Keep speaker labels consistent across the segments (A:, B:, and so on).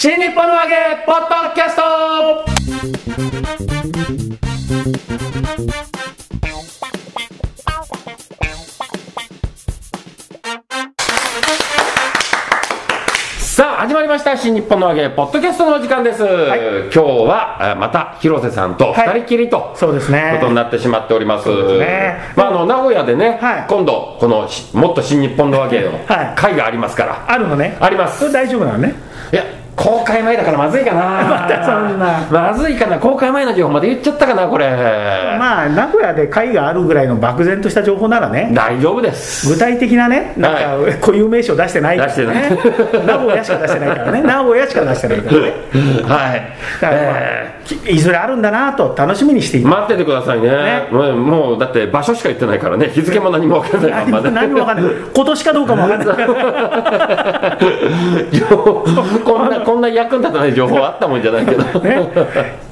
A: 新日本の揚げポッドキャストさあ始まりました新日本の揚げポッドキャストのお時間です、
B: い
A: 今日はあまた広瀬さんと
B: はい
A: 二人きりと、
B: そうですね
A: ことになってしまっております。
B: そうですね
A: まあ、あの、名古屋でね、
B: はい
A: 今度、このし、もっと新日本のわけの
B: はい
A: 会がありますから。
B: あるのね
A: あります
B: それ大丈夫なのね
A: いや、公開前だからまずいかな。
B: またそんな
A: まずいかな。公開前の情報まで言っちゃったかな、これ。
B: まあ名古屋で会があるぐらいの漠然とした情報ならね
A: 大丈夫です。
B: 具体的なねなんか固有名称出してないからね
A: 出してない
B: 名古屋しか出してないか らね名古屋しか出してないからね
A: はい。
B: だからまあ
A: え
B: きいずれあるんだなと楽しみにしてい
A: ー
B: ます
A: 待っててくださいね
B: ね
A: もうもうだって場所しか言ってないからね日付も何も分かんない
B: 何も 何もわかんない今年かどうかもわかんない
A: 情報こんなこんな役に立たない情報あったもんじゃないけど、
B: ね、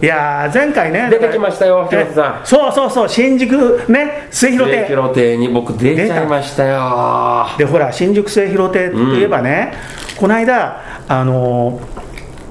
B: いやー前回ね
A: 出てきましたよ広瀬さん
B: ねそうそうそう新宿ね末広
A: 末
B: 亭
A: 広亭に僕出ちゃいましたよ
B: でほら新宿末広亭といえばね、この間あのー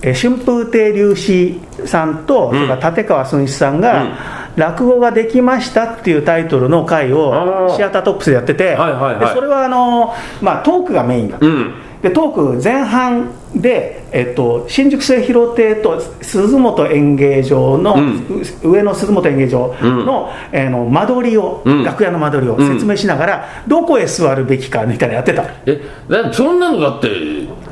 B: え春風亭流志さんと、それから立川寸志さんが、
A: うん
B: 落語ができましたっていうタイトルの回
A: あ
B: を
A: ー
B: シアタートップスでやって
A: は
B: て、
A: いはいはい
B: でそれはあのー、まあ、トークがメインだった、
A: うん
B: でトーク前半で、えっと、新宿末広亭と鈴本演芸場の、
A: うん
B: う上の鈴本演芸場の,、えーの間取りを、
A: うん
B: 楽屋の間取りを説明しながら、どこへ座るべきかみたいなのやってた
A: えだそんなのだってし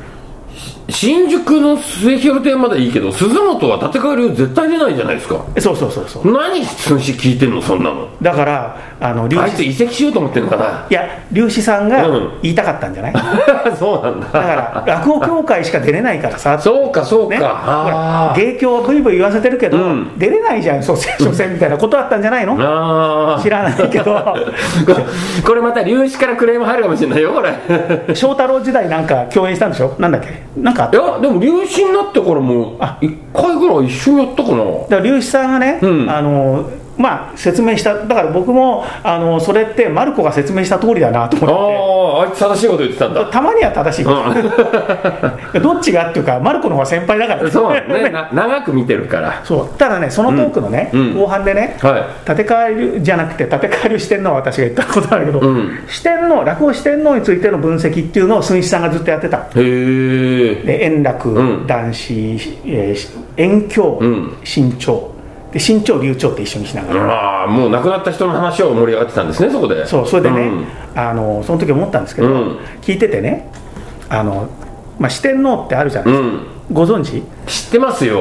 A: 新宿の末広亭まだいいけど鈴本は立川流絶対出ないじゃないですか
B: そうそうそうそう
A: 何通信聞いてんのそんなの
B: だからあの龍
A: あい
B: 子
A: つ移籍しようと思ってんのか ない
B: や龍子さん
A: うん
B: が言いたかったんじゃない、だ
A: そうなんだ
B: から落語協会しか出れないからさ
A: そうかそうか、
B: ね、ほら
A: あー
B: 芸協はブイブイ言わせてるけど、
A: うん
B: 出れないじゃんそう所詮みたいなことあったんじゃないの、
A: あー
B: 知らないけ ど
A: ここれまた粒子からクレーム入るかもしれないよこ れい
B: 翔太郎時代なんか共演したんでしょなんだっけなんかあっただか
A: やでも粒子になってからもう
B: あ
A: 1回ぐらい一緒にやったかな
B: ら龍子さんがね、
A: うん
B: あのまあ説明しただから僕もあのそれってマルコが説明した通りだなと思って
A: あああいつ正しいこと言ってた んだ
B: たまには正しい、 どっちがっていうかマルコの方が先輩だから
A: そうね な長く見てるから
B: そうただねそのトークのね、
A: うんうん
B: 後半でね、
A: は
B: 立川流じゃなくて立川流四天王は私が言ったことなんだけど、
A: うん
B: 四天王落語四天王についての分析っていうのを寸志さんがずっとやってた
A: いへえ
B: で円楽、
A: うん
B: 男子、えー遠鏡、
A: うん
B: 新潮で新潮流暢って一緒にしながら、
A: ああもう亡くなった人の話を盛り上がってたんですねそこで
B: そうそれでね、
A: うん
B: あのその時思ったんですけど、
A: うん
B: 聞いててねあの、まあ、四天王ってあるじゃないですか、
A: うん
B: ご存知
A: 知ってます よ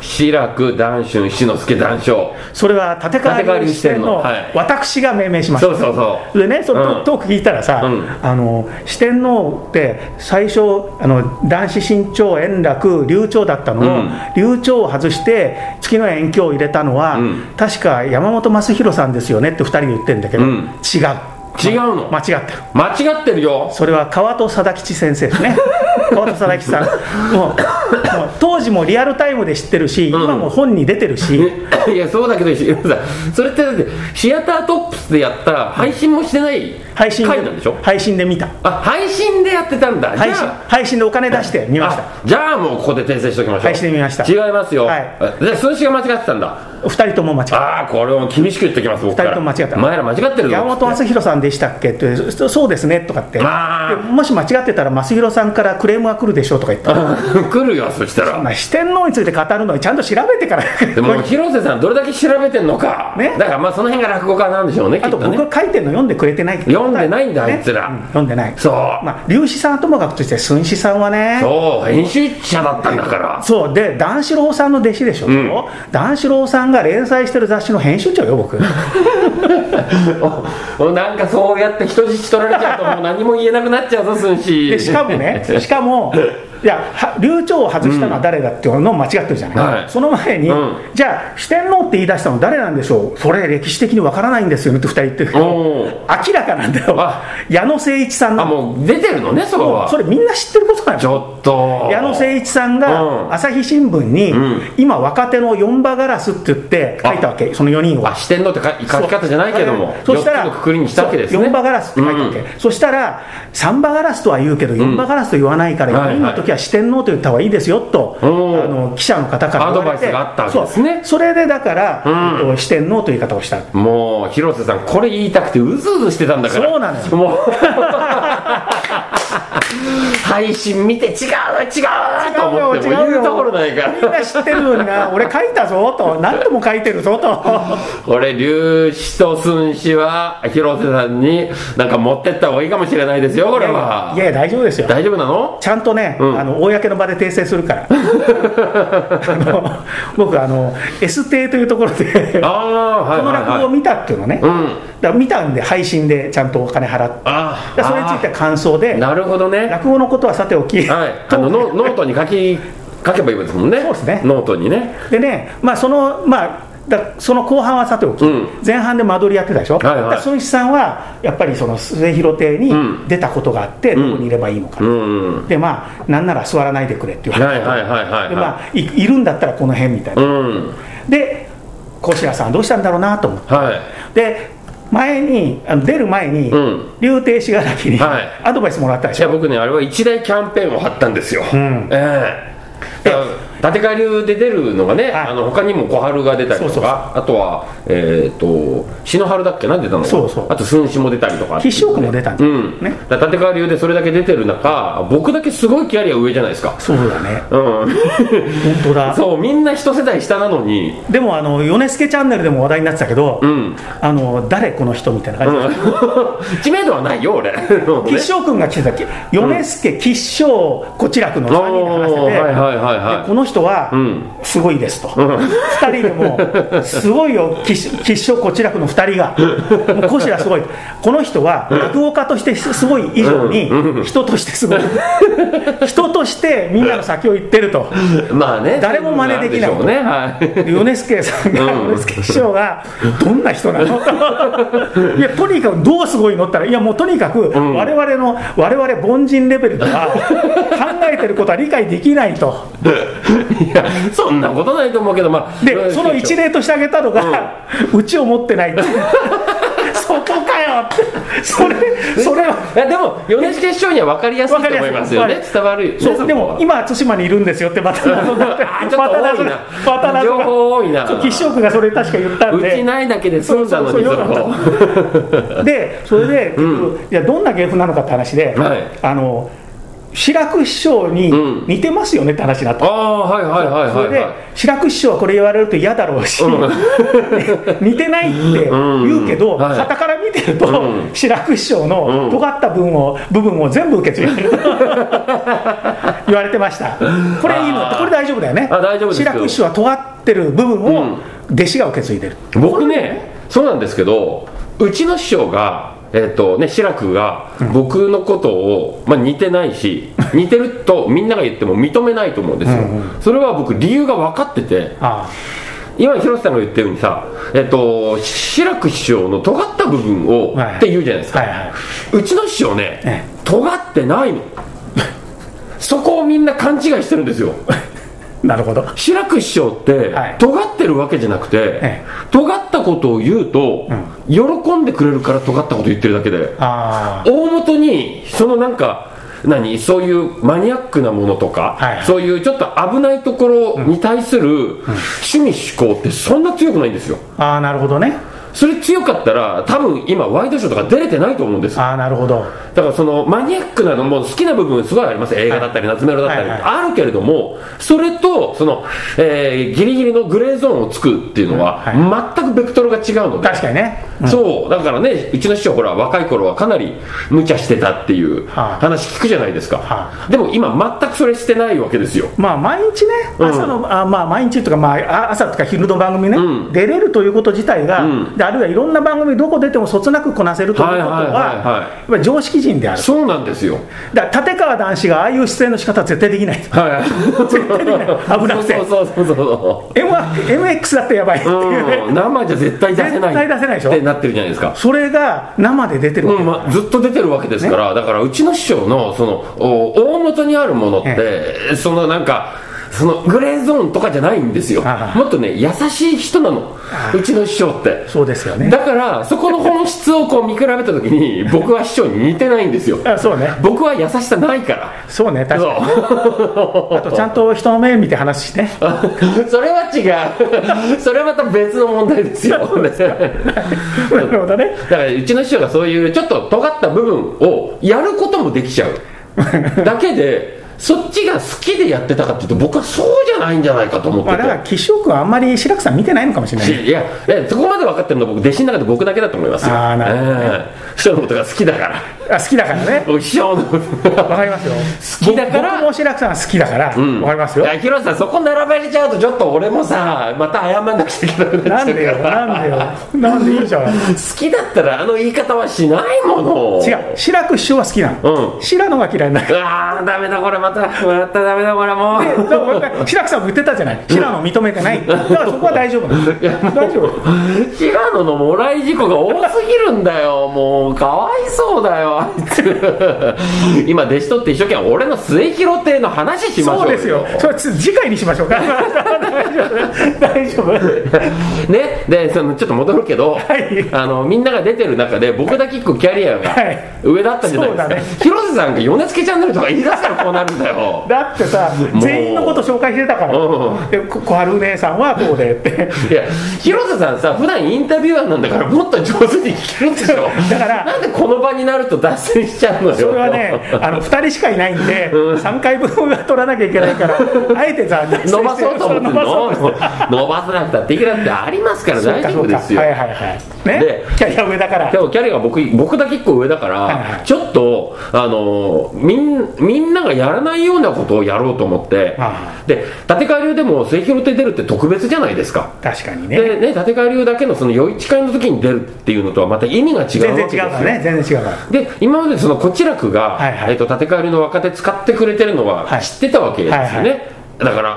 A: 志らく談春志の輔談笑
B: それは立川
A: 立川
B: 流
A: 流
B: 四
A: 四
B: 天
A: 天王
B: 王、
A: はい
B: 私が命名しました
A: そうそうそう
B: でねその
A: うん
B: トーク聞いたらさ、
A: うん
B: あの四天王って最初あの男子身長円楽流暢だったのを、
A: うん
B: 流暢を外して月の遠鏡を入れたのは、
A: うん
B: 確か山本昌弘さんですよねって2人で言ってるんだけど、
A: うん
B: 違う
A: 違うの
B: 間違ってる
A: 間違ってるよ
B: それは川戸貞吉先 生ですね川戸貞吉さんもうもう当時もリアルタイムで知ってるし、今も本に出てるし、
A: えいやそうだけど石黒さんそれってだってシアタートップスでやった配信もしてない
B: 配信
A: 回なんでしょ
B: 配信で見た
A: あ配信でやってたんだ
B: 配
A: じ
B: 信
A: ゃあ
B: 配信でお金出して見ました
A: あじゃあもうここで訂正しておきましょう
B: 配信で見ました
A: 違いますよ、
B: はい
A: い、で数字が間違ってたんだ
B: 2人とも間違って
A: ああこれも厳しく言っておきます僕から
B: 二人とも間違った
A: お前ら間違ってるぞ
B: 山本
A: っつっ
B: 昌弘さんでしたっけってそそうですねとかってで
A: あー
B: もし間違ってたら昌弘さんからクレームが来るでしょうとか言った
A: て 来るよそしたら
B: まあ四天王について語るのにちゃんと調べてから
A: でも広瀬さんどれだけ調べてんのか、
B: ね
A: だからまあその辺が落語家なんでしょうねき
B: あ
A: っ
B: と
A: と
B: 僕
A: ね
B: が書いてるの読んでくれてない
A: 読んでないんだあいつら
B: うん読んでない
A: そう、
B: まあ龍子さんはともかくとして寸志さんはね
A: そう編集者だったんだ から
B: そうで段四郎さんの弟子でしょ、
A: ん
B: 段四郎さんが連載してる雑誌の編集長よ僕
A: おおなんかそうやって人質取られちゃうともう何も言えなくなっちゃうぞすんし
B: でしかも ねしかもいやは流暢を外したのは誰だっていうのを間違ってるじゃない、
A: はい
B: その前に、
A: うん
B: じゃあ四天王って言い出したの誰なんでしょうそれ歴史的にわからないんですよねって二人言ってるけど
A: おー
B: 明らかなんだよ
A: あ
B: 矢野誠一さん
A: あ
B: の
A: もう出てるのねそこは
B: それみんな知ってることなん
A: ち
B: よ
A: ょっと
B: 矢野誠一さん
A: う
B: が
A: ん
B: 朝日新聞に、
A: ん
B: 今若手の四馬ガラスって言って書いたわけその4人を
A: あ四天王ってか書き方じゃないけども
B: そうそしたら
A: 四つのくくりにしたわけですね
B: そう四馬ガラスって書いてあって、そしたら三馬ガラスとは言うけど四馬ガラスと言わないから
A: はい
B: 4人の時時は四天王と言った方がいいですよと、あ
A: おー
B: の記者の方から
A: ア
B: 言
A: ド
B: わ
A: バ
B: れ
A: イス
B: て
A: があったわけですね
B: そうそれでだから、
A: うん
B: えっと四天王という言い方をした。
A: もう広瀬さんこれ言いたくてうずうずしてたんだから
B: そうなのよ
A: もう 配信見て違う違うと思っても
B: 違うよ違うよ
A: 言うところないか
B: みん
A: ら
B: な知ってるの にな、俺書いたぞと、何度も書いてるぞと。
A: 俺龍子と寸志は広瀬さんになんか持ってった方がいいかもしれないですよ これはい
B: やいや、大丈夫ですよ。
A: 大丈夫なの
B: ちゃんとね、
A: うん
B: あの公の場で訂正する から、あの僕あの、S 邸というところで、
A: ああ
B: こ
A: はい
B: の落
A: はい
B: 語を
A: はい
B: 見たっていうのね、
A: うん
B: だから見たんで、配信でちゃんとお金払って、
A: あ
B: だからそれについては感
A: あ
B: 想
A: ー
B: で、
A: なるほどね
B: 落語のことはさてお
A: は
B: き、
A: いあ
B: と
A: のノノートに書き書けばいいですもんね
B: そうですね
A: ノートにね
B: でね、まあ、その、まあ、だその後半はさておき、
A: うん
B: 前半で間取りやってたでしょ、
A: はいはい
B: だから孫一さんはやっぱりその末広亭に
A: ん
B: 出たことがあって、
A: ん
B: どこにいればいいのか、
A: うんうん
B: で、まあ、なんなら座らないでくれっていう
A: はい
B: 話、
A: はいはいはい
B: でま
A: は
B: あい、いるんだったらこの辺みたい
A: い
B: な、
A: うん
B: で、小白さん、どうしたんだろうなと思って、
A: はい
B: で前に、あの出る前に、
A: うん
B: 竜亭信楽に
A: はい
B: アドバイスもらったで
A: い
B: し
A: や
B: ょ、
A: 僕ねあれは一大キャンペーンを張ったんですよ、
B: ん
A: ええ
B: え
A: だから立川流で出るのがね、
B: はい
A: あの他にも小春が出たりとか
B: そうそうそう
A: あとはえっ、と篠春だっけな出たの
B: そうそう
A: あと寸志も出たりとか
B: 必勝区も出たんだ
A: う
B: よ
A: ん、
B: ね
A: だから立川流でそれだけ出てる中僕だけすごいキャリア上じゃないですか
B: そうだね、
A: うん
B: 本当 だ、
A: そうみんな一世代下なのに
B: でもあの、米助チャンネルでも話題になってたけど、
A: うん、
B: あの誰この人みたいな
A: う
B: 感じ
A: ん、知名度はないよ俺
B: 吉祥君が来てたっけ米助吉祥こちらくの3人で話してて、
A: おーはいはいはいはい
B: でこの人は
A: ん
B: すごいですと、2人でもすごいよ吉吉祥こちらくの2人がもうこしらすごいこの人は落語家としてすごい以上に人としてすごい人としてみんなの先を行って ると。
A: まあね
B: 誰も真似できない
A: んでしょうねはい
B: 米助さんが、
A: うん
B: 米助師匠が、どんな人なのいや、とにかくどうすごいのったら、いや、もうとにかく、
A: ん
B: 我々の、我々凡人レベルでは、考えてることは理解できないと、
A: いや、そんなことないと思うけど、まあ、
B: で、その一例として挙げたのが、 うち、を持ってないって、そこかよ って、それ、それは。
A: いやでも、米助師匠には分かりやすいと
B: わかりや
A: 思
B: すい
A: いますよね、伝わるよね、
B: そうで
A: こは
B: も今、対馬にいるんで すよって、また謎になって、
A: あーちょっと多いな
B: また謎が
A: 情報多いな
B: そう吉祥君がそれ、確か言ったん
A: う
B: で、
A: ちないだけで済んだの
B: そう
A: に、
B: そ
A: そう
B: そう
A: の
B: でそれで、じゃあどんな芸風なのかって話で、
A: はい
B: あの志らく師匠に
A: うん
B: 似てますよねって話になっ
A: あ
B: た、
A: あ、はいはいはい
B: それ
A: はい
B: で
A: はい。
B: 志らく師匠はこれ言われると嫌だろうし、 似てないって言うけど、
A: うんはい
B: 傍から見てると、
A: う
B: 志らく師匠の尖った部分を部分を全部受け継いでる 言われてましたこれいいの
A: あー
B: これ大丈夫だよね
A: あ大丈夫です
B: 志
A: よ
B: らく師匠は尖ってる部分
A: う
B: を弟子が受け継いでる、
A: 僕ね、そうなんですけど、うちの師匠が、えっ、とね、志らくが、僕のことを、まあ、似てない し、似てるとみんなが言っても認めないと思うんですよ。それは僕、理由が分かってて、
B: あ
A: 今広瀬さんが言ったようにさ、えっと、志らく師匠の尖った部分を、
B: はい
A: って言うじゃないです
B: あ
A: か、
B: はいはいう
A: ちの師匠ね、
B: え
A: 尖ってないの そこをみんな勘違いしてるん ですよ
B: なるほど
A: 志らく師匠って、
B: はい
A: 尖ってるわけじゃなくて、
B: え
A: 尖ったことを言うと、喜んでくれるから尖ったこと言ってるだけで
B: あ
A: 大元にそのなんか何そういうマニアックなものとか、
B: はい
A: そういうちょっと危ないところに対する趣味思考ってそんな強くないんですよ
B: あああなるほどね
A: それ強かったら多分今ワイドショーとか出れてないと思うんです
B: ああなるほど
A: だからそのマニアックなのも好きな部分すごいあります映画だったり夏メロだったり
B: はい
A: あるけれどもそれとその、えーギリギリのグレーゾーンをつくっていうのは全くベクトルが違うので
B: 確かにね、
A: そうだからねうちの師匠ほら若い頃はかなり無茶してたっていう
B: はい
A: 話聞くじゃないですか、
B: は
A: でも今全くそれしてないわけですよ
B: まあ毎日ね
A: ん
B: 朝の、あまあ毎日とか、まあ、あ朝とか昼の番組ね、
A: うん
B: 出れるということ自体が、
A: うん
B: であるいはいろんな番組どこ出てもそつなくこなせるということは,、
A: はいはいはいはい
B: やっぱり常識人である
A: そうなんですよ
B: だから立川談志がああいう出演の仕方は絶対できない
A: はい
B: 絶対できない危なくて
A: そうそうそう そう
B: M- MX だってやばいっていうね、
A: うん生じゃ絶対出せない
B: 絶対出せないでしょ
A: ってなってるじゃないですか
B: それが生で出てるわ
A: う
B: け、
A: んまあ、ずっと出てるわけですから、だからうちの師匠のそのお大元にあるものって、そのなんかそのグレーゾーンとかじゃないんですよ
B: ああ
A: もっとね優しい人なのうちの師匠って
B: そうですよね
A: だからそこの本質をこう見比べた時 に僕は師匠に似てないんですよ
B: あそうね
A: 僕は優しさないから
B: そうね確
A: そ
B: かにあとちゃんと人の目見て話してね
A: う それは違うそれはまた別の問題です よ
B: なるほどね
A: だからうちの師匠がそういうちょっと尖った部分をやることもできち ゃうだけでそっちが好きでやってたかっていうと僕はそうじゃないんじゃないかと思って
B: まあだから
A: て。
B: 岸尾君はあんまり志らくさん見てないのかもし れないね
A: いやえそこまで分かってるのは僕弟子の中で僕だけだと思いますよ
B: あーなるほどね
A: え え師匠のことが好きだから
B: あ好きだからね
A: 僕師匠のこと
B: わかりますよ
A: 好きだから
B: 僕僕も志らくさん好きだからわ、かりますよ
A: いや広瀬さんそこ並べれちゃうとちょっと俺もさまた謝んなくちゃいけなくな
B: な
A: っ
B: ん
A: ちゃう
B: で
A: か
B: よ
A: ら
B: なんでよなんでいいじゃん
A: 好きだったらあの言い方はしないもの
B: 違う志らく師匠は好きなの、
A: うん
B: 志らのが嫌いになる
A: うわーダメだこれまたまたダメだこれも
B: で
A: う
B: だから志らくさんも言ってたじゃない志らの認めてないだからそこは大丈夫なの大丈夫
A: 平野のもらい事故が多すぎるんだよもうかわいそうだよあいつ今弟子取って一生懸命俺の末広亭の話しましょう
B: そうですよそれは次回にしましょう か大丈夫
A: ねでそのちょっと戻るけど、
B: い
A: あのみんなが出てる中で僕だけ一個キャリアが
B: はい
A: 上だったんじゃないですか、
B: そうだね
A: 広瀬さんが米助チャンネルとか言い出したらこうなるんだよ
B: だってさ
A: う
B: 全員のこと紹介してたから
A: うん
B: でこ小春姉さんはこうでって
A: いや広瀬さんさ普段インタビュアーなんだからもっと上手に聞けるでしょ
B: だから
A: なんでこの場になると脱線しちゃうのよ
B: それ はねあの2人しかいないんで3回分は取らなきゃいけないからあえてさ
A: 伸ばそうと思って
B: 伸ばそうと思って
A: 伸ばさなくたっていくらってありますから
B: そう
A: 大
B: か
A: 丈
B: そ
A: 夫
B: う
A: で
B: か
A: すよ
B: はいはいはいね
A: で
B: キャリア上だから
A: でもキャリアが僕僕だけ一個上だか
B: はいは
A: ら
B: い
A: ちょっとあのみんみんながやらないようなことをやろうと思って
B: は
A: で立川流でも末広亭出るって特別じゃないですか
B: 確かにね
A: でね立川流だけのその夜市会の時に出るっていうのとはまた意味が違うわけですよ
B: 全然違うからね全然違うから
A: で今までそのこちらくが、
B: はいはい
A: えっと立川流の若手使ってくれてるの
B: は
A: はい知ってたわけですよね、
B: はいは
A: だから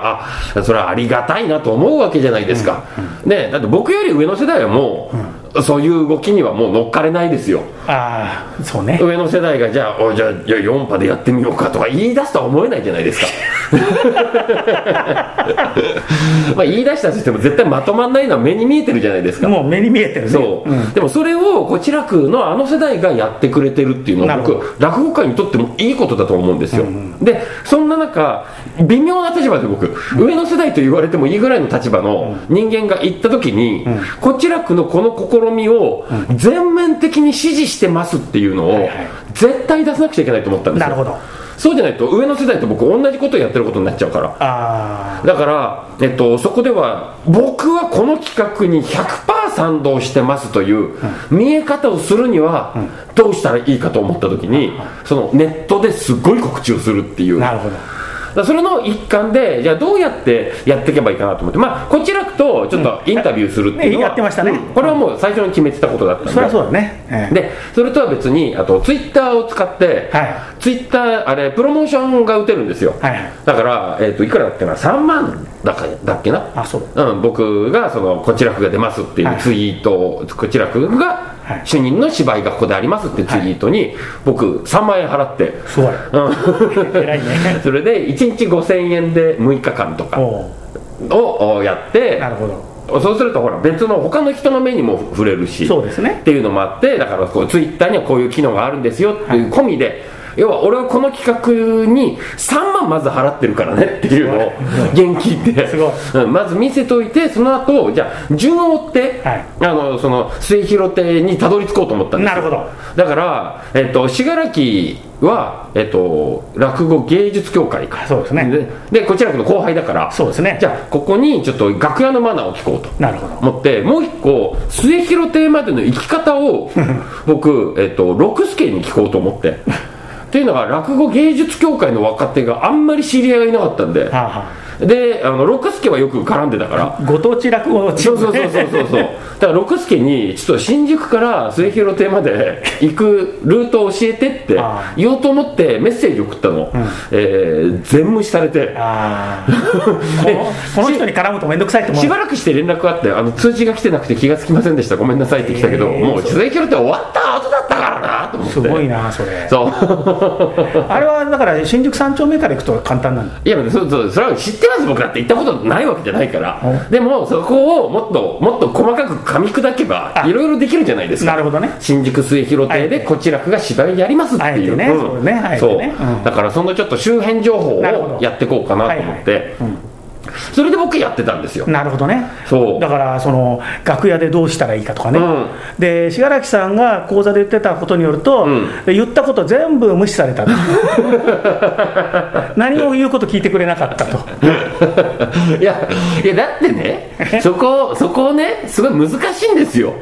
A: あそれはありがたいなと思うわけじゃないですか、ねだって僕より上の世代はもう、そういう動きにはもう乗っかれないですよ
B: ああそうね
A: 上の世代がじゃあおじゃあじゃあ4波でやってみようかとか言い出すとは思えないじゃないです か まあ言い出したとしても絶対まとまんないのは目に見えてるじゃないですか
B: もう目に見えてるね
A: そう、でもそれをこちらくのあの世代がやってくれてるっていうの
B: な
A: は
B: るほど
A: 僕落語界にとってもいいことだと思うんですよ、でそんな中微妙な立場で僕、上の世代と言われてもいいぐらいの立場の人間が行った時に、こちらくのこの試みを全面的に支持してますっていうの
B: い
A: を
B: はい
A: 絶対出さなくちゃいけないと思ったんですよ
B: なるほど
A: そうじゃないと上の世代と僕同じことをやってることになっちゃうから
B: あ
A: だから、えっと、そこでは僕はこの企画に100%賛同してますという見え方をするにはどうしたらいいかと思った時にそのネットですごい告知をするっていう
B: あ
A: だ
B: な
A: か
B: るほど
A: らそれの一環でじゃあどうやってやっていけばいいかなと思ってまあこちらとちょっとインタビューするっていうのは、
B: ねやってましたね
A: うんこれはもう最初に決めてたことだったんで
B: そりゃそうだねええ
A: でそれとは別にあとツイッターを使って、
B: は
A: ツイッターあれプロモーションが打てるんですよ、
B: はいはい
A: だから、えっといくらだっけな3万だかだっけな
B: あそう
A: うん、僕がそのこちらくが出ますっていうツイートを、こちらくが
B: はい
A: 主任の芝居がここでありますっていうツイートに、僕3万円払って、
B: すごい偉いね
A: それで1日5000円で6日間とか
B: おう
A: をおやって
B: なるほど
A: そうするとほら別の他の人の目にも触れるし
B: そうですね
A: っていうのもあってだからこうツイッターにはこういう機能があるんですよっていう込みで、要は俺はこの企画に3万まず払ってるからねっていうのを現金で
B: すごい
A: うんまず見せといてその後じゃあ順を追って、
B: はい
A: あのその末広亭にたどり着こうと思ったんですよ
B: なるほど
A: だからえっと信楽は、えっと、落語芸術協会か
B: そうですね
A: でこちらの後輩だから
B: そうですね
A: じゃあここにちょっと楽屋のマナーを聞こうと
B: なるほど
A: 思ってもう一個末広亭までの行き方を僕、えっと六助に聞こうと思ってっていうのが落語芸術協会の若手があんまり知り合いがいなかったんで
B: はあは
A: であの六助はよく絡んでたから
B: あご当地落語チー
A: そう
B: ム
A: そうそうそうそうそうだから六助にちょっと新宿から末広亭まで行くルートを教えてって
B: ああ
A: 言おうと思ってメッセージ送ったの、えー全無視されて
B: あ あこのこの人に絡むと面倒くさいと思う
A: しばらくして連絡があってあの通知が来てなくて気がつきませんでしたごめんなさいって来たけど、
B: えー
A: もう取材キャラって終わった後だったからなと思っ思って
B: すごいなそれ
A: そう
B: あれはだから新宿三丁目から行くと簡単なんだ
A: いやそそそれは知ってます僕だって行ったことないわけじゃないからでもそこをもっともっと細かく噛み砕けば
B: あ
A: いろいろできるじゃないですか
B: なるほどね
A: 新宿末広亭
B: あえ
A: で
B: て
A: こちらくが芝居やりますっていう
B: あえてね
A: うん
B: そうねあえてね
A: そう
B: うん
A: だからそのちょっと周辺情報を
B: なるほど
A: やっていこうかなと思って、それで僕やってたんですよ
B: なるほどね
A: そう
B: だからその楽屋でどうしたらいいかとかね、
A: うん
B: で信楽さんが講座で言ってたことによると、
A: ん
B: で言ったこと全部無視され たと何も言うこと聞いてくれなかったと
A: いやいやだってねそこそこをねすごい難しいんですよ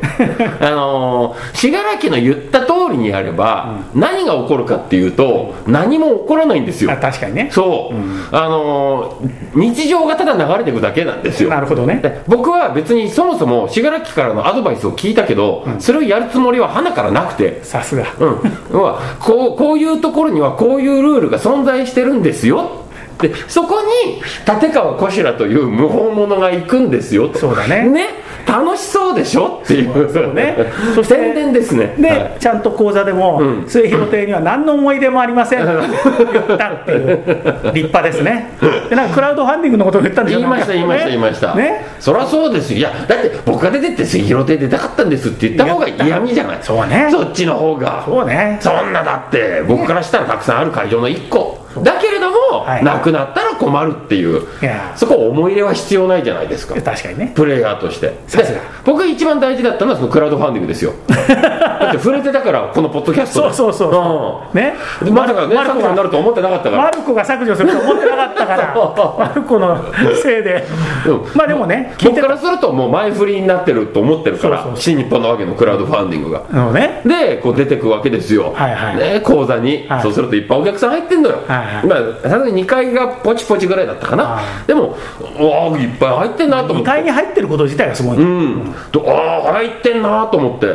A: あのー信楽の言った通りにやれば、何が起こるかっていうと何も起こらないんですよ
B: あ確かにね
A: そう、あのー日常がただ流れていくだけなんですよ
B: なるほどね
A: で僕は別にそもそも信楽からのアドバイスを聞いたけど、それをやるつもりは花からなくて
B: さすが
A: うん、要はこうこういうところにはこういうルールが存在してるんですよでそこに立川こしらという無法者が行くんですよと
B: そうだね
A: 楽しそうでしょっていう
B: そうね
A: そ
B: そ
A: して
B: して
A: 宣伝ですね
B: で、
A: はい
B: ちゃんと講座でも、末広亭には何の思い出もありませんって言ったっていう立派ですねでなんかクラウドファンディングのことも言ったんでしょ
A: 言いました言いました言いました、
B: ね
A: そりゃそうですよいやだって僕が出てって「杉広亭出たかったんです」って言った方が嫌味じゃない
B: そうね
A: そっちの方が
B: そうね
A: そんなだって僕からしたらたくさんある会場の1個だけれども、
B: はい
A: なくなったら困るっていう
B: いや
A: そこ思い入れは必要ないじゃないですか
B: 確かにね
A: プレイヤーとしてで
B: さすが
A: 僕が一番大事だったのはそのクラウドファンディングですよだって触れてたからこのポッドキャスト
B: そ
A: で
B: うそうそうそう、ね
A: うんでまさかね
B: マル
A: 作
B: コ
A: 者になると思ってなかったから
B: マルコが削除すると思ってなかったから マルコのせいで
A: うん
B: まあでもね聞い
A: 僕
B: て
A: か
B: た
A: らするともう前振りになってると思ってるから
B: そうそう
A: 新日本のわけのクラウドファンディングが
B: のね
A: でこう出てくわけですよ、
B: はいはい
A: ね、講座に、
B: はい
A: そうするといっぱいお客さん入ってんのよ、
B: はいはい
A: まあさすがに2階がポチポチぐらいだったかな、
B: は
A: でもうわあいっぱい入ってんなと思
B: 2
A: って
B: 階に入ってること自体がすごい、
A: うん、とああ入ってんなと思って、
B: い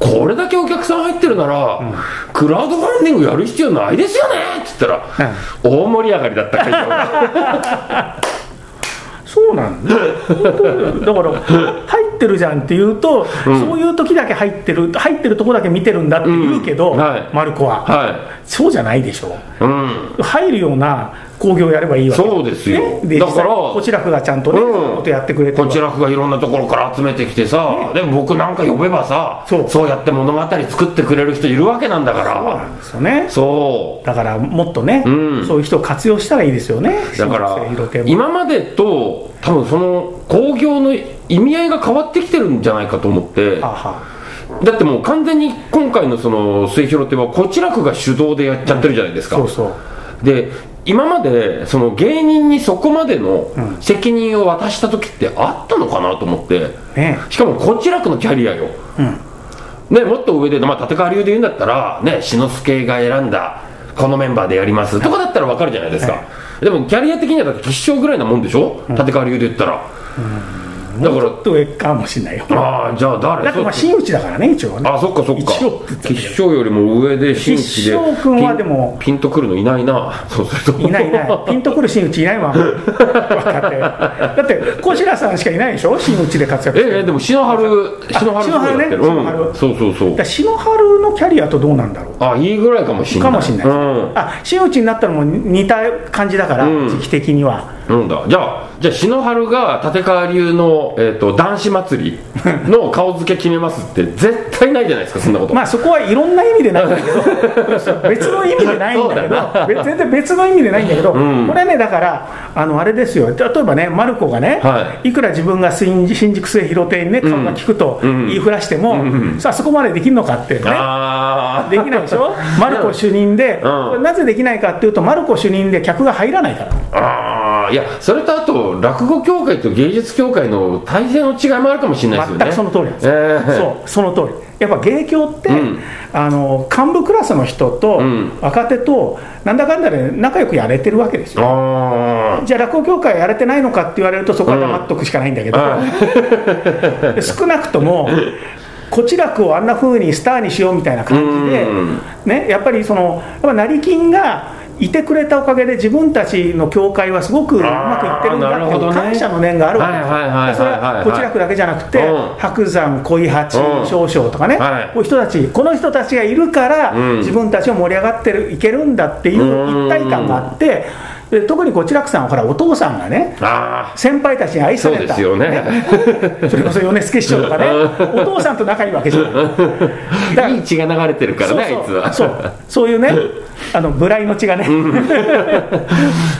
A: これだけお客さん入ってるなら、クラウドファンディングやる必要ないですよねっつったら、大盛り上がりだった会場 が
B: そうな んだ本当だから入ってるじゃんって言うと、そういう時だけ入ってる入ってるとこだけ見てるんだって言うけど、
A: うんはい
B: マルコは、
A: は
B: そうじゃないでしょ
A: い、うん、
B: 入るような興行をやればいいわけ
A: そうですよ
B: ね、で
A: だ
B: だ
A: か
B: かららこちらがちゃんとね、
A: うん
B: そういうことやってくれてる
A: こ
B: わ
A: ちらがいろんなところから集めてきてさ、で僕なんか呼べばさ
B: そう
A: やって物語作ってくれる人いるわけなんだか
B: そう
A: ら
B: なんですよね
A: そう
B: だからもっとね、
A: うん
B: そういう人を活用したらいいですよね
A: だか
B: 新入生
A: ら
B: 色
A: 今までと多分その興行の意味合いが変わってきてるんじゃないかと思って
B: 手はあは
A: だってもう完全に今回のその末広ってはこちらくが主導でやっちゃってるじゃないですか、
B: そうそう
A: で今までその芸人にそこまでの責任を渡した時ってあったのかなと思って
B: ね
A: しかもこちらくのキャリアよ、ね、もっと上で、まあ、立川流で言うんだったらね志の輔が選んだこのメンバーでやりますとかだったら分かるじゃないですか、
B: はい
A: でもキャリア的にはだって吉祥ぐらいなもんでしょ、立川流で言ったら、だ
B: もうち
A: か
B: ょっと上かもしれないよ
A: らああじゃあ誰
B: だってまあ
A: そう
B: 真打ちだからね一応ね
A: あそっかそっか
B: 一応って言ったけど
A: 吉祥よりも上で新規で
B: 吉祥君はでも
A: ピンピンとくるのいないなそうすると
B: いないいないピンとくる真打ちいないわ若手だって小白さんしかいないでしょ真打ちで活躍してる
A: ええでも篠原篠原
B: 篠原ね
A: やってる
B: 篠原
A: うん、そうそうそう
B: だから篠原のキャリアとどうなんだろう
A: あいいぐらいかもしんない
B: かもしれない、
A: うん
B: あ真打ちになったのも似た感じだから、
A: うん
B: 時期的には
A: なんだじゃあ、じゃあ篠原が立川流の、えー、と男子祭りの顔付け決めますって 絶対ないじゃないですか、そんなこと。
B: まあそこはいろんな意味でないんだけ ど別の意味でないん
A: そうだ
B: だけど別全然別の意味でないんだけど、
A: ん
B: これねだからあのあれですよ例えばねマルコがね、、
A: はい
B: くら自分が新新宿末広亭にね顔が聞くと
A: ん
B: 言いふらしても、さあそこまでできるのかってね
A: あ
B: できないでし ょ、マルコ主任で、
A: うん
B: これなぜできないかっていうと、マルコ主任で客が入らないから、
A: ーあーいや、それとあと、落語協会と芸術協会の体制の違いもあるかもしれないですよね。
B: 全くその通りなんで
A: え
B: すよ、
A: ー
B: そう、その通り、やっぱ芸協って、
A: うん
B: あの、幹部クラスの人と、
A: うん
B: 若手と、なんだかんだで仲良くやれてるわけですよ。
A: あ
B: じゃあ落語協会やれてないのかって言われるとそこは黙っとくしかないんだけど、で少なくともこちらくをあんな風にスターにしようみたいな感じで、
A: うん
B: ね、やっぱりそのやっぱ成金がいてくれたおかげで自分たちの教会はすごくうまくいってるんだってい
A: あーなるほど
B: う
A: ね
B: 感謝の念があるわけですよ
A: はいはいはいはいはい
B: でそれはこちらくだけじゃなくて、
A: うん
B: 白山恋八
A: うん
B: 少々とかね、
A: はい
B: こういう人たちこの人たちがいるから、
A: うん
B: 自分たちも盛り上がってるいけるんだっていう一体感があってで特にこちらくさんはほらお父さんがね
A: あ
B: 先輩たちに愛さ
A: そう
B: れ
A: で
B: た
A: すよね。
B: それこそ米助師匠とかね、お父さんと仲いいわけじゃない。だか ら
A: いい血が流れてるからね、
B: そうそう
A: あいつ
B: そ
A: は。
B: うそういうね、あの無頼の血がね、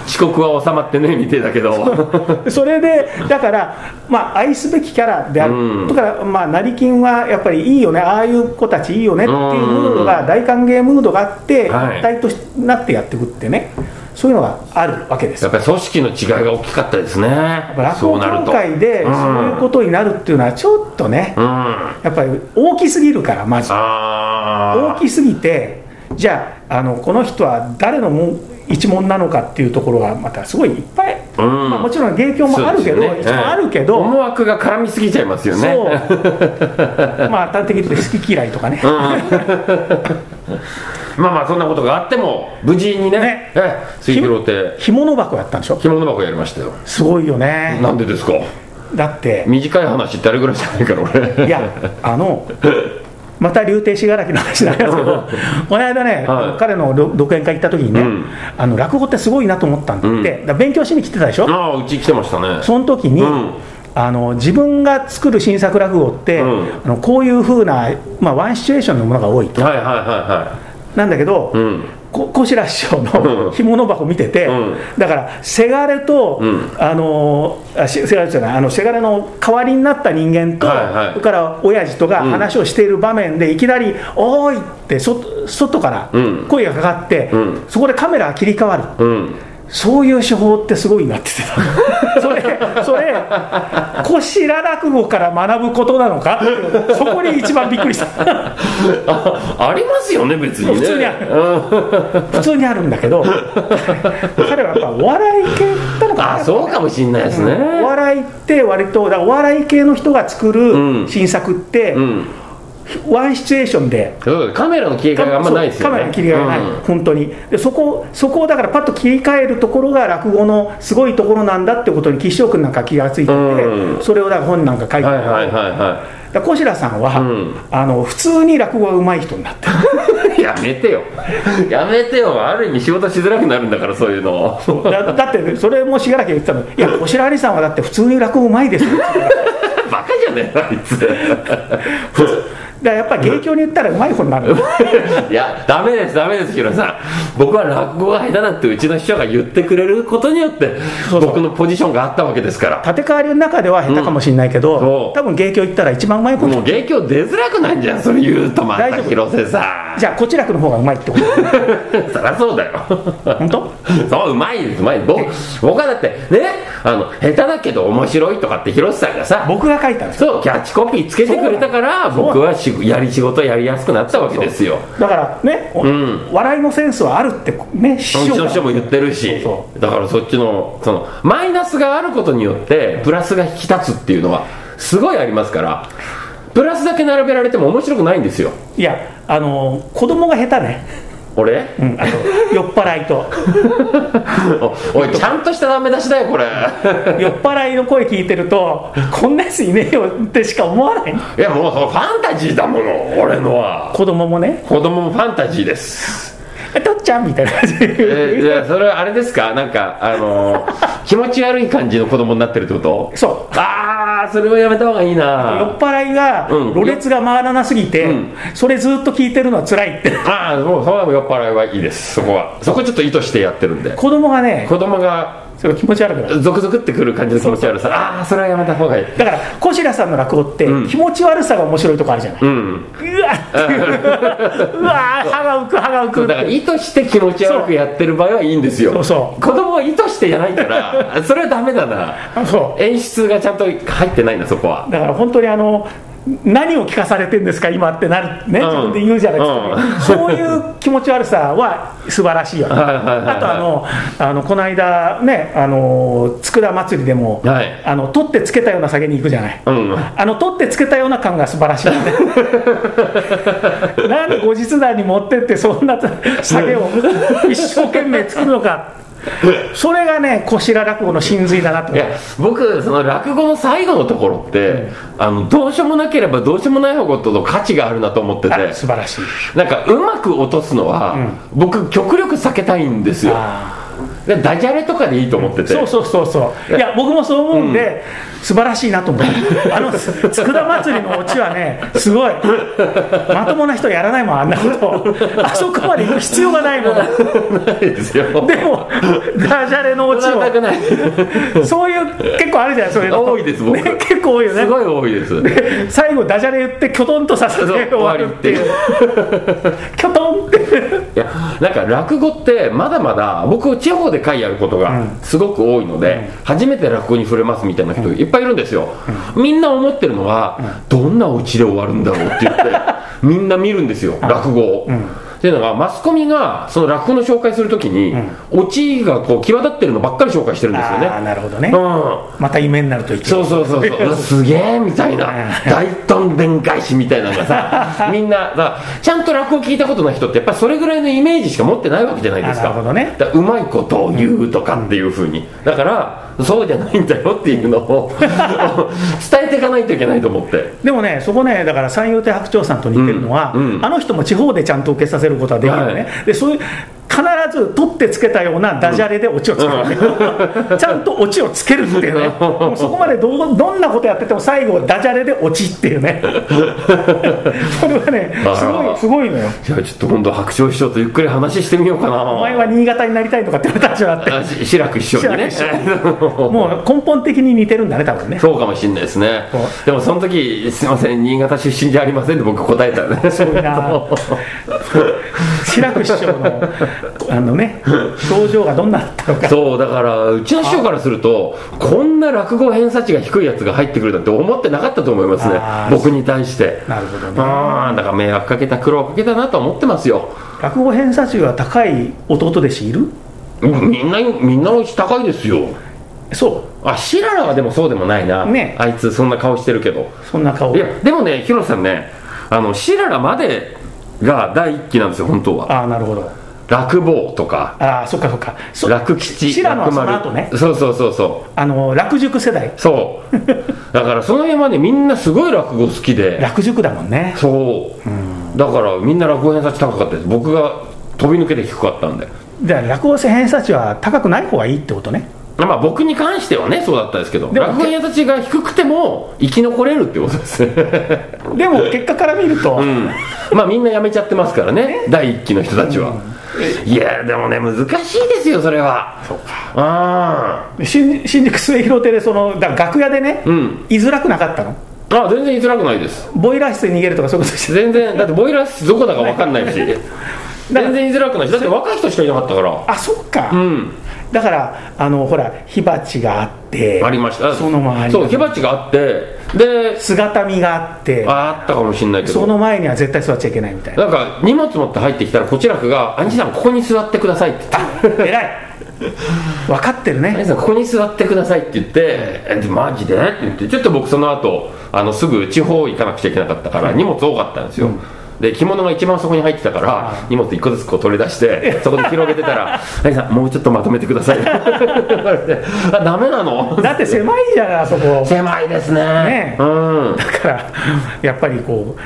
A: 遅刻は収まってね、みてえだけど。
B: それで、だから、まあ、愛すべきキャラである、
A: うん
B: だから、まあ、成金はやっぱりいいよね、ああいう子たちいいよねっていうムードが、大歓迎ムードがあって、
A: はい
B: 一体となってやっていくってね、そういうのがあるわけです
A: や
B: よ。
A: っぱり組織の違いが大きかったですね。
B: 落
A: そ
B: 語
A: うなる
B: 協
A: と。
B: 会でそういうことになるっていうのは、ちょっとね、
A: うん。あ
B: やっぱり大きすぎるから、まず。大
A: あー。
B: きすぎてじゃああのこの人は誰のもん一問なのかっていうところがまたすごいいっぱい、
A: うん
B: まあ、もちろん影響もあるけど、
A: そうです
B: 一
A: ね
B: 応あるけど、
A: 思惑が絡みすぎちゃいますよね。
B: そう まあ端的に言うと好き嫌いとかね、
A: まあまあ、そんなことがあっても、無事にね
B: ね、
A: ええ水広亭、
B: 干物箱やったんでしょ
A: 着物箱やりましたよ。
B: すごいよね
A: なんでですか
B: だって
A: 短い話ってあれぐらいじゃないから、俺。
B: いやあのまた竜亭信楽の話になりますけ どこの間ね、
A: はい
B: 彼の独演会行った時にね、
A: うん
B: あの落語ってすごいなと思ったんだって、
A: うん
B: だから勉強しに来てたでしょ、
A: ああ、うち来てましたね。
B: その時に、
A: うん
B: あの自分が作る新作落語って、
A: うん
B: あのこういうふうな、まあ、ワンシチュエーションのものが多いと
A: はいはいはい
B: なんだけど、
A: はい。うん。
B: こ小白師匠
A: うん
B: の干物箱見てて、
A: うん
B: だからせがれと、
A: うん
B: あのあせせがれじゃないあのせがれの代わりになった人間と、
A: はいはい
B: それから親父とが
A: うん
B: 話をしている場面でいきなり「おーい!」って外外から
A: うん
B: 声がかかって、
A: うん
B: そこでカメラが切り替わる。
A: うん。
B: そういう手法ってすごいなって言ってたそれそれこしら落語から学ぶことなのかっていうそこに一番びっくりした
A: あありますよね、別にね。
B: 普通にある
A: うん
B: 普通にあるん だけど彼はやっぱお笑い系なのか
A: あ
B: な
A: そうかもしんないですね。
B: お笑いって割とだからお笑い系の人が作
A: う
B: る
A: ん
B: 新作って、
A: うん。
B: ワンシチュエーションで
A: そうカメラの切り替えがあんまないですよね。
B: カメラの切り替えがない、
A: うん
B: 本当にでそこそこをだからパッと切り替えるところが落語のすごいところなんだってことに岸翔君なんか気がついてて、
A: うん
B: それをだから本なんか書いて
A: は
B: る
A: いはいはいは
B: だから小白さんは、
A: うん
B: あの普通に落語が上手い人になった
A: い。やめてよ。やめてよ。ある意味仕事しづらくなるんだから、そういうの。
B: だだってそれもしがらきが言ってたのいや小白有さんはだって普通に落語上手いですよって言ってた
A: バカじゃねえあいつ。
B: だからやっぱり芸協に言ったら上手い子にな る
A: いや、ダメです、ダメです、ヒロさん。僕は落語が下手だってうちの師匠が言ってくれることによって、
B: そうそう
A: 僕のポジションがあったわけですから。
B: 縦替わりの中では下手かもしれない
A: う
B: け
A: んそう
B: ど、多分芸協行ったら一番上手い子にな
A: もう芸協出づらくないじゃん、それ言うとま
B: 大
A: た、
B: 丈夫
A: 広瀬さ
B: るじゃあこちらくの方が上手いっ てこと
A: ん。 そりゃそうだよ。
B: 本当
A: そう、うまいです、うまいです。僕僕はだって、ね、あの、下手だけど面白いとかって広瀬さんがさ、
B: 僕が書いたんです
A: そう、キャッチコピーつけてくれたから、
B: そうなの
A: 僕はしやり仕事やりやすくなったわけですよ。
B: だからね、お
A: ん
B: 笑いのセンスはあるってね師
A: うち
B: 匠
A: の人も言ってるし
B: そ
A: だからそっちのそのマイナスがあることによってプラスが引き立つっていうのはすごいありますからプラスだけ並べられても面白くないんですよ
B: いやあの子供が下手ね、
A: 俺、
B: うん、あと酔っ払いと
A: おおいちゃんとしたダメ出しだ よこれ
B: 酔っ払いの声聞いてるとこんなやついねえよってしか思わない
A: いやもうそのファンタジーだもの俺のは
B: 子供もね
A: 子供もファンタジー です
B: 「えとっちゃん」みたいな感じ
A: えーい
B: で
A: やそれはあれですかなんかあのー気持ち悪い感じの子供になってるってこと
B: そう
A: ああそれはやめた方がいい
B: 酔っ
A: な
B: 払いが
A: うん
B: ろれつが回らなすぎて、
A: うん
B: それずっと聞いてるのは辛いって
A: ああもうそれは酔っ払いはいいですそこはそこちょっと意図してやってるんで
B: 子供がね
A: 子供が
B: それ気持ち悪くなる
A: ゾクゾクってくる感じの気持ち悪さああそれはやめた方がいい
B: だから小白さんの落語って、
A: うん
B: 気持ち悪さが面白いとこあるじゃない、
A: うん
B: うわっていううわー歯が浮く歯が浮く
A: だから意図して気持ち悪くやってる場合はいいんですよ
B: そうそう
A: 子供は意図してやないからそれはダメだな
B: そう
A: 演出がちゃんと入ってないなそこは
B: だから本当にあの何を聞かされてんですか今ってなるね
A: うん
B: 自分で言うじゃないですか、そういう気持ち悪さは素晴らしいよね、
A: はいはいはいはい
B: あとあのあのこの間ねあの佃祭りでも、
A: はい
B: あの取ってつけたような酒に行くじゃない
A: うん
B: あの取ってつけたような感が素晴らしいよ ねなんで後日談に持ってってそんな酒を一生懸命作るのかそれがねこしら落語の真髄だなと
A: いや僕その落語の最後のところって、あのどうしようもなければどうしようもない方ことの価値があるなと思ってて
B: あ素晴らしい
A: なんかうまく落とすのは、僕極力避けたいんですよ
B: あ
A: でダジャレとかでいいと思ってて
B: そうそうそうそういや僕もそう思うんで、素晴らしいな と思うあのつ佃祭りのオチはねすごいまともな人やらないもんあんな ことあそこまで行く必要がないもん
A: ないですよ
B: でもダジャレのオチ
A: そんな高く
B: を
A: ない
B: そういう結構あるじゃないそういうの
A: 多いです僕
B: ね、結構多いよね
A: すごい多いです
B: 最後ダジャレ言ってきょとんとさせて
A: そう
B: 終わるっていう
A: 終わ
B: きょとんって
A: いやなんか落語ってまだまだ僕地方で会やることがすごく多いので、初めて落語に触れますみたいな人いっぱいいるんですよ、みんな思ってるのは、どんなオチで終わるんだろうって言って みんな見るんですよ落語を、っていうのがマスコミがその落語の紹介するときに、オチがこう際立ってるのばっかり紹介してるんですよ
B: ああ
A: ね
B: なるほどね
A: うん
B: また夢になるといけ
A: そうそうそう そううわすげえみたいな 大どんでん返しみたいなのが さみんなだからちゃんと落語聞いたことない人ってやっぱりそれぐらいのイメージしか持ってないわけじゃないですか
B: あなるほどね
A: だからうまいことを言うとかっていうふうにだからそうじゃないんだよっていうの を伝えていかないといけないと思って
B: でもね、そこね、だから三遊亭白鳥さんと似てるのは、
A: うんうん
B: あの人も地方でちゃんと受けさせることはできるのね、
A: は
B: でそういう必ず取ってつけたようなダジャレでオチをつける、 ちゃんとオチをつけるっ ていうね、もうそこまでどうどんなことやってても、最後、ダジャレでオチってい うね、それはね、すごいすごいのよ、
A: じゃあちょっと今度白鳥師匠とゆっくり話してみようかな
B: お前は新潟になりたいとかって話が あって、
A: あし志らく師匠にね
B: 志もう根本的に似てるんだね、多分ね。
A: そうかもしれないですね
B: そう
A: でもその時すいません新潟出身じゃありませんって僕答えたよ ね
B: そうな志らく師匠のあの ね表情がどんなだったのか
A: そうだからうちの師匠からするとこんな落語偏差値が低いやつが入ってくるなんて思ってなかったと思いますね
B: あー
A: 僕に対して
B: なるほどね
A: あーだから迷惑かけた苦労かけたなと思ってますよ
B: 落語偏差値が高い弟弟子いる
A: うんみんなみんな高いですよ
B: そ
A: あシララはでもそうでもないな、
B: ね
A: あいつそんな顔してるけど
B: うそんな顔
A: いやでもねヒロさんねあのシララまでが第一期なんですよ本当は
B: ああなるほど
A: 落坊とか
B: ああそっかそっかそ
A: 落吉
B: シララは
A: 落丸
B: その後ね
A: そうそうそうそう
B: あの落塾世代
A: そうだからその辺はねみんなすごい落語好きで
B: 落塾だもんね
A: そう、だからみんな落語偏差値高かったです僕が飛び抜けて低かったんで
B: じゃあ落語偏差値は高くない方がいいってことね
A: まあ僕に関してはねそうだったんですけど
B: でも
A: 落語偏差値が低くても生き残れるってこと ですね
B: でも結果から見ると、
A: うんまあみんな辞めちゃってますからね第一期の人たちは、いやでもね難しいですよそれはそうか
B: 新新宿末広亭でそのだ楽屋でね、
A: ん
B: 居づらくなかったの
A: ああ全然居づらくないです
B: ボイラー室に逃げるとかそういうことして
A: 全然だってボイラー室ど こだか分かんないし全然居づらくないしだって若い人しかいなかったから
B: あそっか、
A: うん
B: だからあのほら火鉢があって
A: ありました
B: その周りに
A: そう火鉢があってで
B: 姿見があって
A: ああったかもしれないけ
B: そ
A: ど
B: の前には絶対座っちゃいけないみ たいな
A: なんか荷物持って入ってきたらこちらくが「兄さんここに座ってください」って言って
B: 偉い分かってる
A: 「兄
B: ね
A: さんここに座ってください」って言って「えでマジで?」って言ってちょっと僕その後あのすぐ地方行かなくちゃいけなかったから荷物多かったんですよ、で着物が一番そこに入ってたから荷物一個ずつこう取り出してそこで広げてたら「兄さんもうちょっとまとめてください」って言われて「あダメなの?」
B: だって狭いじゃないあそこ
A: 狭いですね
B: ねえ
A: うん
B: だからやっぱりこう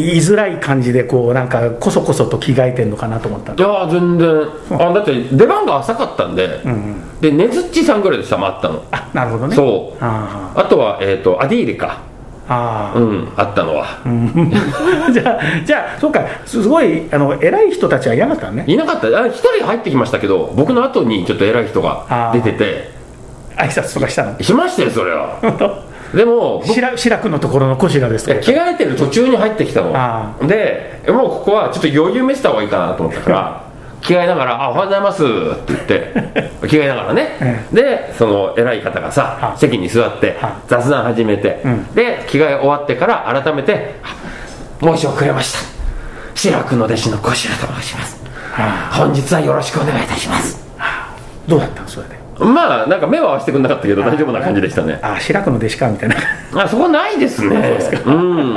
B: 居づらい感じでこうなんかこそこそと着替えてんのかなと思った
A: いやー全然あだって出番が浅かったんで、でねずっちさんぐらいで下回ったの、
B: あなるほどね
A: そう
B: あ
A: あとは、えー、とアディーレか
B: あああ
A: うんあったのは、
B: じゃあじゃあそうかすすごいあの偉い人たちはいなかったのね
A: いなかったあ一人入ってきましたけど僕の後にちょっと偉い人が出てて
B: 挨拶とかしたの
A: しましたよそれ はでも僕
B: 白白くのところのこしらです
A: いや着替えてる途中に入ってきた
B: あ
A: のでもうここはちょっと余裕見せた方がいいかなと思ったから着替えながら「あおはようございます」って言って着替えながらね、でその偉い方がさ
B: はい
A: 席に座って
B: はい
A: 雑談始めて、
B: ん
A: で着替え終わってから改めて「あ申し遅れました志らくの弟子の小白と申します本日はよろしくお願いいたします
B: どうだったのそれで」
A: まあなんか目は合わせてくれなかったけど大丈夫な感じでしたね
B: ああ白くの弟子かみたいな
A: あそこないですねうん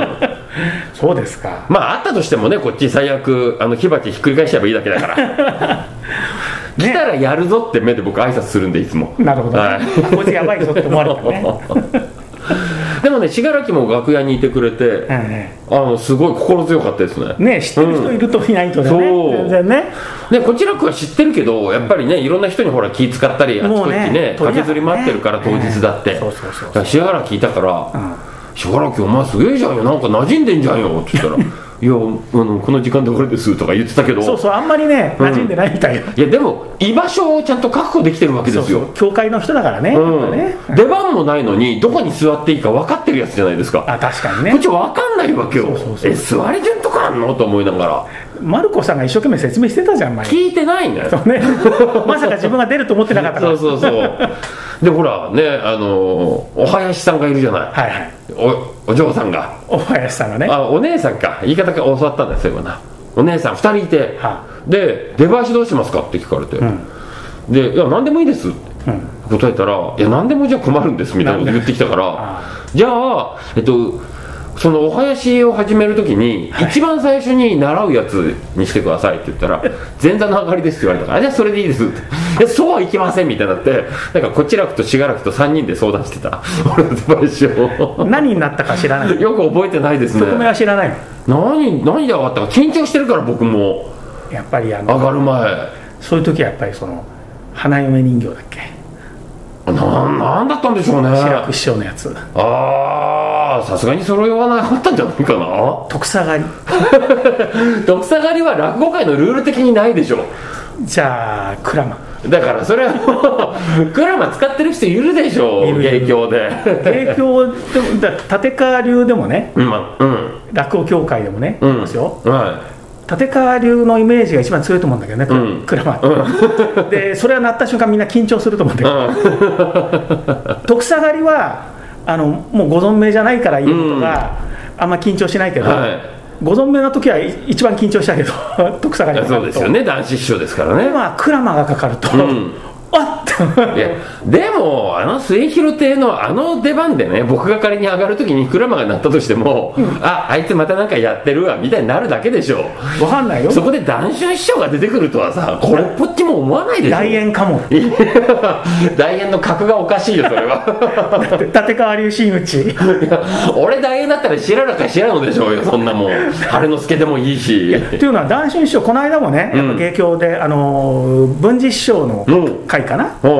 B: そうですか
A: まああったとしてもねこっち最悪あの火鉢ひっくり返しちゃえばいいだけだから 来たらやるぞって目で僕挨拶するんでいつ も
B: なるほど、ね
A: はい
B: あこいつやばいぞって思われたね
A: でもね信楽も楽屋にいてくれて、
B: え
A: あのすごい心強かったですね
B: えね知ってる人いるといないとでね、
A: そう
B: 全然ね
A: ねこちらくは知ってるけどやっぱりねいろんな人にほら気使ったりあちこ
B: も
A: ち
B: うね
A: ね駆け
B: 取り合うね
A: ずり回ってるから当日だって、
B: ええそうそうそうそう
A: だから信楽いたから「信楽お前すげえじゃんよなんか馴染んでんじゃんよ」って言 ったら「いやあのこの時間でこれです」とか言ってたけど
B: そうそうあんまりね馴染んでないみたいな、
A: いやでも居場所をちゃんと確保できてるわけですよ
B: 教会の人だからね,、
A: うん
B: ね
A: 出番もないのにどこに座っていいか分かってるやつじゃないですか
B: あ確かに
A: こっ
B: ね
A: ち分かんないわけよ
B: そうそう
A: え座り順とかあんのと思いながら
B: マルコさんが一生懸命説明してたじゃん前に
A: 聞いてないんだよ
B: そうね まさか自分が出ると思ってなかったから
A: そうそうそう でほらねあのーお囃子さんがいるじゃない、
B: はいはい
A: おお嬢さんが
B: お林さんが ね
A: あお姉さんか言い方が教わったんだよそういえばなお姉さん2人いて、
B: は
A: で出囃子どうしますかって聞かれて、で「いや何でもいいです」答えたら「いや何でもじゃ困るんです」みたいなこと言ってきたからじゃあえっとそのお囃子を始めるときに、一番最初に習うやつにしてくださいって言ったら「前座の上がりです」って言われたからあ「じゃあそれでいいです」って「いやそうはいきません」みたいになってなんかこちらくとしがらくと3人で相談してた 俺の出囃子を
B: 何になったか知らない
A: よく覚えてないですね
B: お米は知らないの
A: 何何で上がったか緊張してるから僕も
B: やっぱりあの
A: 上がる前
B: そういう時はやっぱりその花嫁人形だっけ
A: ななんだったんでしょうね
B: 白く師匠のやつ
A: ああさすがに揃いはなかったんじゃないかな
B: 徳下狩り
A: 独裁狩りは落語界のルール的にないでしょ
B: じゃあクラマ
A: だからそれはもう クラマ使ってる人いるでしょ
B: いるいる
A: 芸協で
B: 提供でもだ立川流でもね
A: うんまあうん
B: 落語協会でもね、
A: うん
B: ですよ
A: は
B: 立川流のイメージが一番強いと思うんだけどね、
A: うん
B: クラマって、でそれが鳴った瞬間みんな緊張すると思うんだけど、徳下狩りはあのもうご存命じゃないから言うことが、あんま緊張しないけ
A: い
B: ど、
A: は
B: ご存命の時はい一番緊張したけど 徳下狩り
A: い
B: が
A: そうですよね男子師匠ですからね
B: まあクラマがかかると、
A: ん
B: あっ
A: いやでもあの末広亭のあの出番でね僕が仮に上がるときにクラマが鳴ったとしても、ああいつまたなんかやってるわみたいになるだけでしょ
B: わかんないよ
A: そこで談春師匠が出てくるとはさこれっぽっちも思わないでしょ
B: 大円かも
A: いや 大円の格がおかしいよそれは
B: だって立川流 真打ち
A: いや俺大円だったら知らなか知らんのでしょうよそんなもん晴之助でもいいし
B: っていうのは談春師匠この間もね、やっぱ芸協で、あのー文治師匠の
A: うん
B: 会かな、
A: おうおう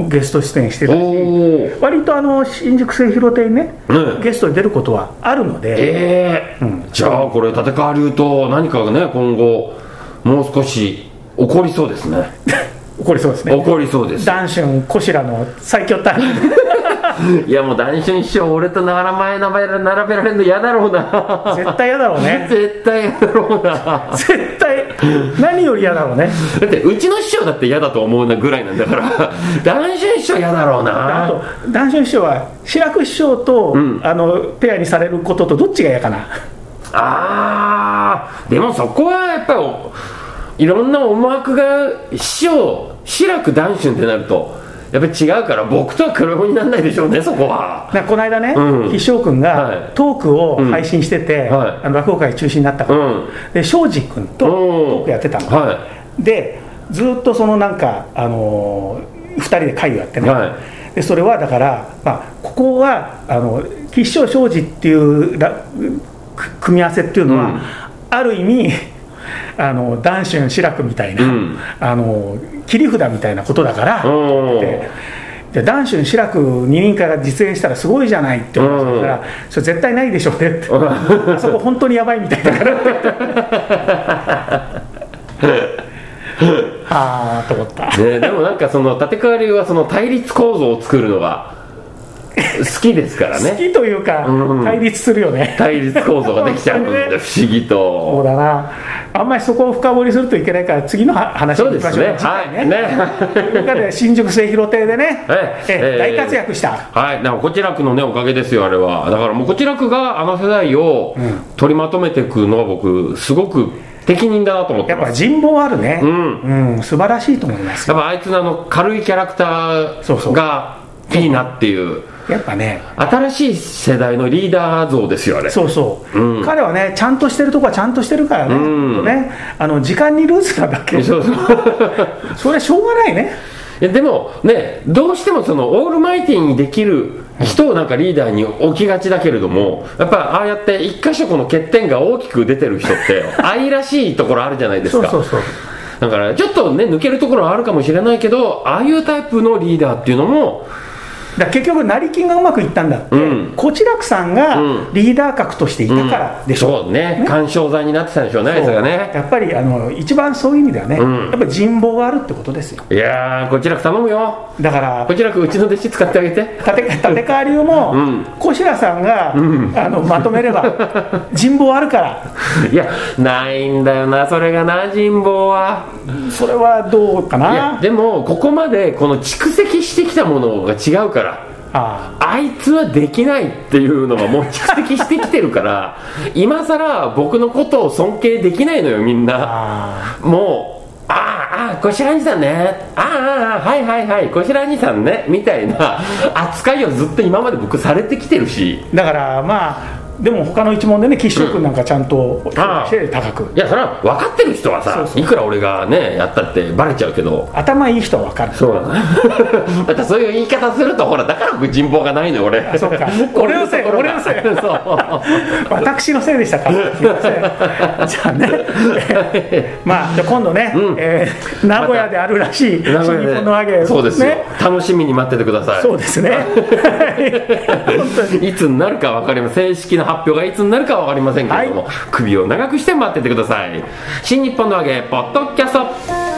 A: おう
B: ゲスト出演して
A: お
B: たし
A: お
B: 割とあの新宿末広亭にね、
A: うん
B: ゲストに出ることはあるので、
A: ええじゃあこれ立川流と何かがね今後もう少し起こりそうですね
B: 起こりそうです
A: 起
B: ね、
A: こりそう です
B: 談春、こしらの最強タッグ、
A: いやもう談春師匠俺と名前並べ並べられるの嫌だろうな
B: 絶対嫌だろうね、
A: 絶対嫌だろうなだ
B: 絶対、何より嫌だろうね、
A: ってうちの師匠だって嫌だと思うなぐらいなんだから 談春師匠嫌だろう
B: あ
A: な
B: と、談春師匠は、志らく師匠と、
A: ん
B: あのペアにされることと、どっちが嫌かな、
A: あーでもそこはやっぱりおいろんな思惑が師匠志らく談春ってなるとやっぱり違うから僕とは比べ物にならないでしょうねそこは
B: なんかこの間ね、
A: うん
B: 必勝君
A: は
B: が
A: い
B: トークを配信してて、
A: うんはい
B: あの落語会中止になったから、
A: うん
B: で庄司君とトークやってたの。
A: は
B: でずっとそのなんか、あの2人で会をやってね、
A: は
B: でそれはだから、まあ、ここはあの吉祥庄司っていうらく組み合わせっていうのは、
A: うん
B: ある意味あの談春志らくみたいな、
A: うん
B: あの切り札みたいなことだから、
A: いうん
B: でで談春志らく二人会が実演したらすごいじゃないって思ってたから、それ絶対ないでしょうねって、あそこ本当にやばいみたいだ からってああと思った
A: ね、でもなんかその立川流はその対立構造を作るのが好きですから
B: 好
A: ね
B: きというか、
A: うん
B: 対立するよね
A: 対立構造ができちゃうんで不思議
B: そ
A: と
B: うだなああんまりそこを深掘りするといけないから、次のは話
A: そうで
B: に行きまし
A: す
B: ょう
A: ね
B: 次
A: は
B: 回
A: いね
B: ということ で新宿末広亭でね、
A: ええ
B: え
A: ええ
B: 大活躍した、
A: はい、だからこちらくのねおかげですよあれはだからもうこちらくがあの世代を取りまとめていくのは僕すごく適任だなと思って
B: やっぱ
A: ます
B: 人望あるね、
A: ん
B: うん素晴らしいと思います
A: やっ
B: よ
A: ぱあいつのあの軽いキャラクタ
B: そうそ
A: ー
B: う
A: がいいなっていう
B: やっぱね、
A: 新しい世代のリーダー像ですよあれ
B: そうそう、
A: うん
B: 彼はね、ちゃんとしてるとこはちゃんとしてるからね、
A: うん
B: ねあの時間にルーズなだけ、
A: そうそう
B: それはしょうがないね、
A: いやでもねどうしてもそのオールマイティーにできる人をなんかリーダーに置きがちだけれどもやっぱああやって一箇所この欠点が大きく出てる人って 愛らしいところあるじゃないです
B: そう
A: か
B: そうそう、
A: だからちょっとね抜けるところはあるかもしれないけどああいうタイプのリーダーっていうのも
B: だから結局、成金がうまくいったんだって、
A: うん
B: こちらくさん
A: う
B: がリーダー格としていたからでしょ。
A: そうね緩衝材になってたんでしょうねあいつがね
B: やっぱりあの一番そういう意味ではね、
A: うん
B: やっぱ人望があるってことですよ
A: いやーこちらく頼むよ
B: だから
A: こちらくうちの弟子使ってあげ て
B: 立て立川流も
A: うん
B: 小白さんが、あのまとめれば人望あるから
A: いやないんだよなそれがな人望は
B: それはどうか
A: いや
B: な
A: でもここまでこの蓄積してきたものが違うから
B: あ
A: あいつはできないっていうのがもう蓄積してきてるから 今さら僕のことを尊敬できないのよみんな
B: あ
A: もうああああこしら兄さんねああああはいはいはいこしら兄さんねみたいな扱いをずっと今まで僕されてきてるし
B: だからまあでも他の一問でね岸君なんかちゃんと
A: ああ
B: して高く
A: いやそれは分かってる人はさ
B: そうそう
A: いくら俺がねやったってバレちゃうけど
B: 頭いい人は分 かる
A: そうなのだってそういう言い方するとほらだから僕人望がないのよ俺
B: そうか俺のせい俺のせい
A: そう
B: 私のせいでしたかすいません じゃあね まあじゃあ今度ね、
A: うん
B: えー名古屋であるらしい新日
A: 名古屋
B: 本の揚げ
A: でそうですよ、
B: ね
A: 楽しみに待っててください
B: そうで すね本当に
A: いつになるか分かりません正式な発表がいつになるか分かりませんけれども、首を長くして待っててください新日本の揚げポッドキャスト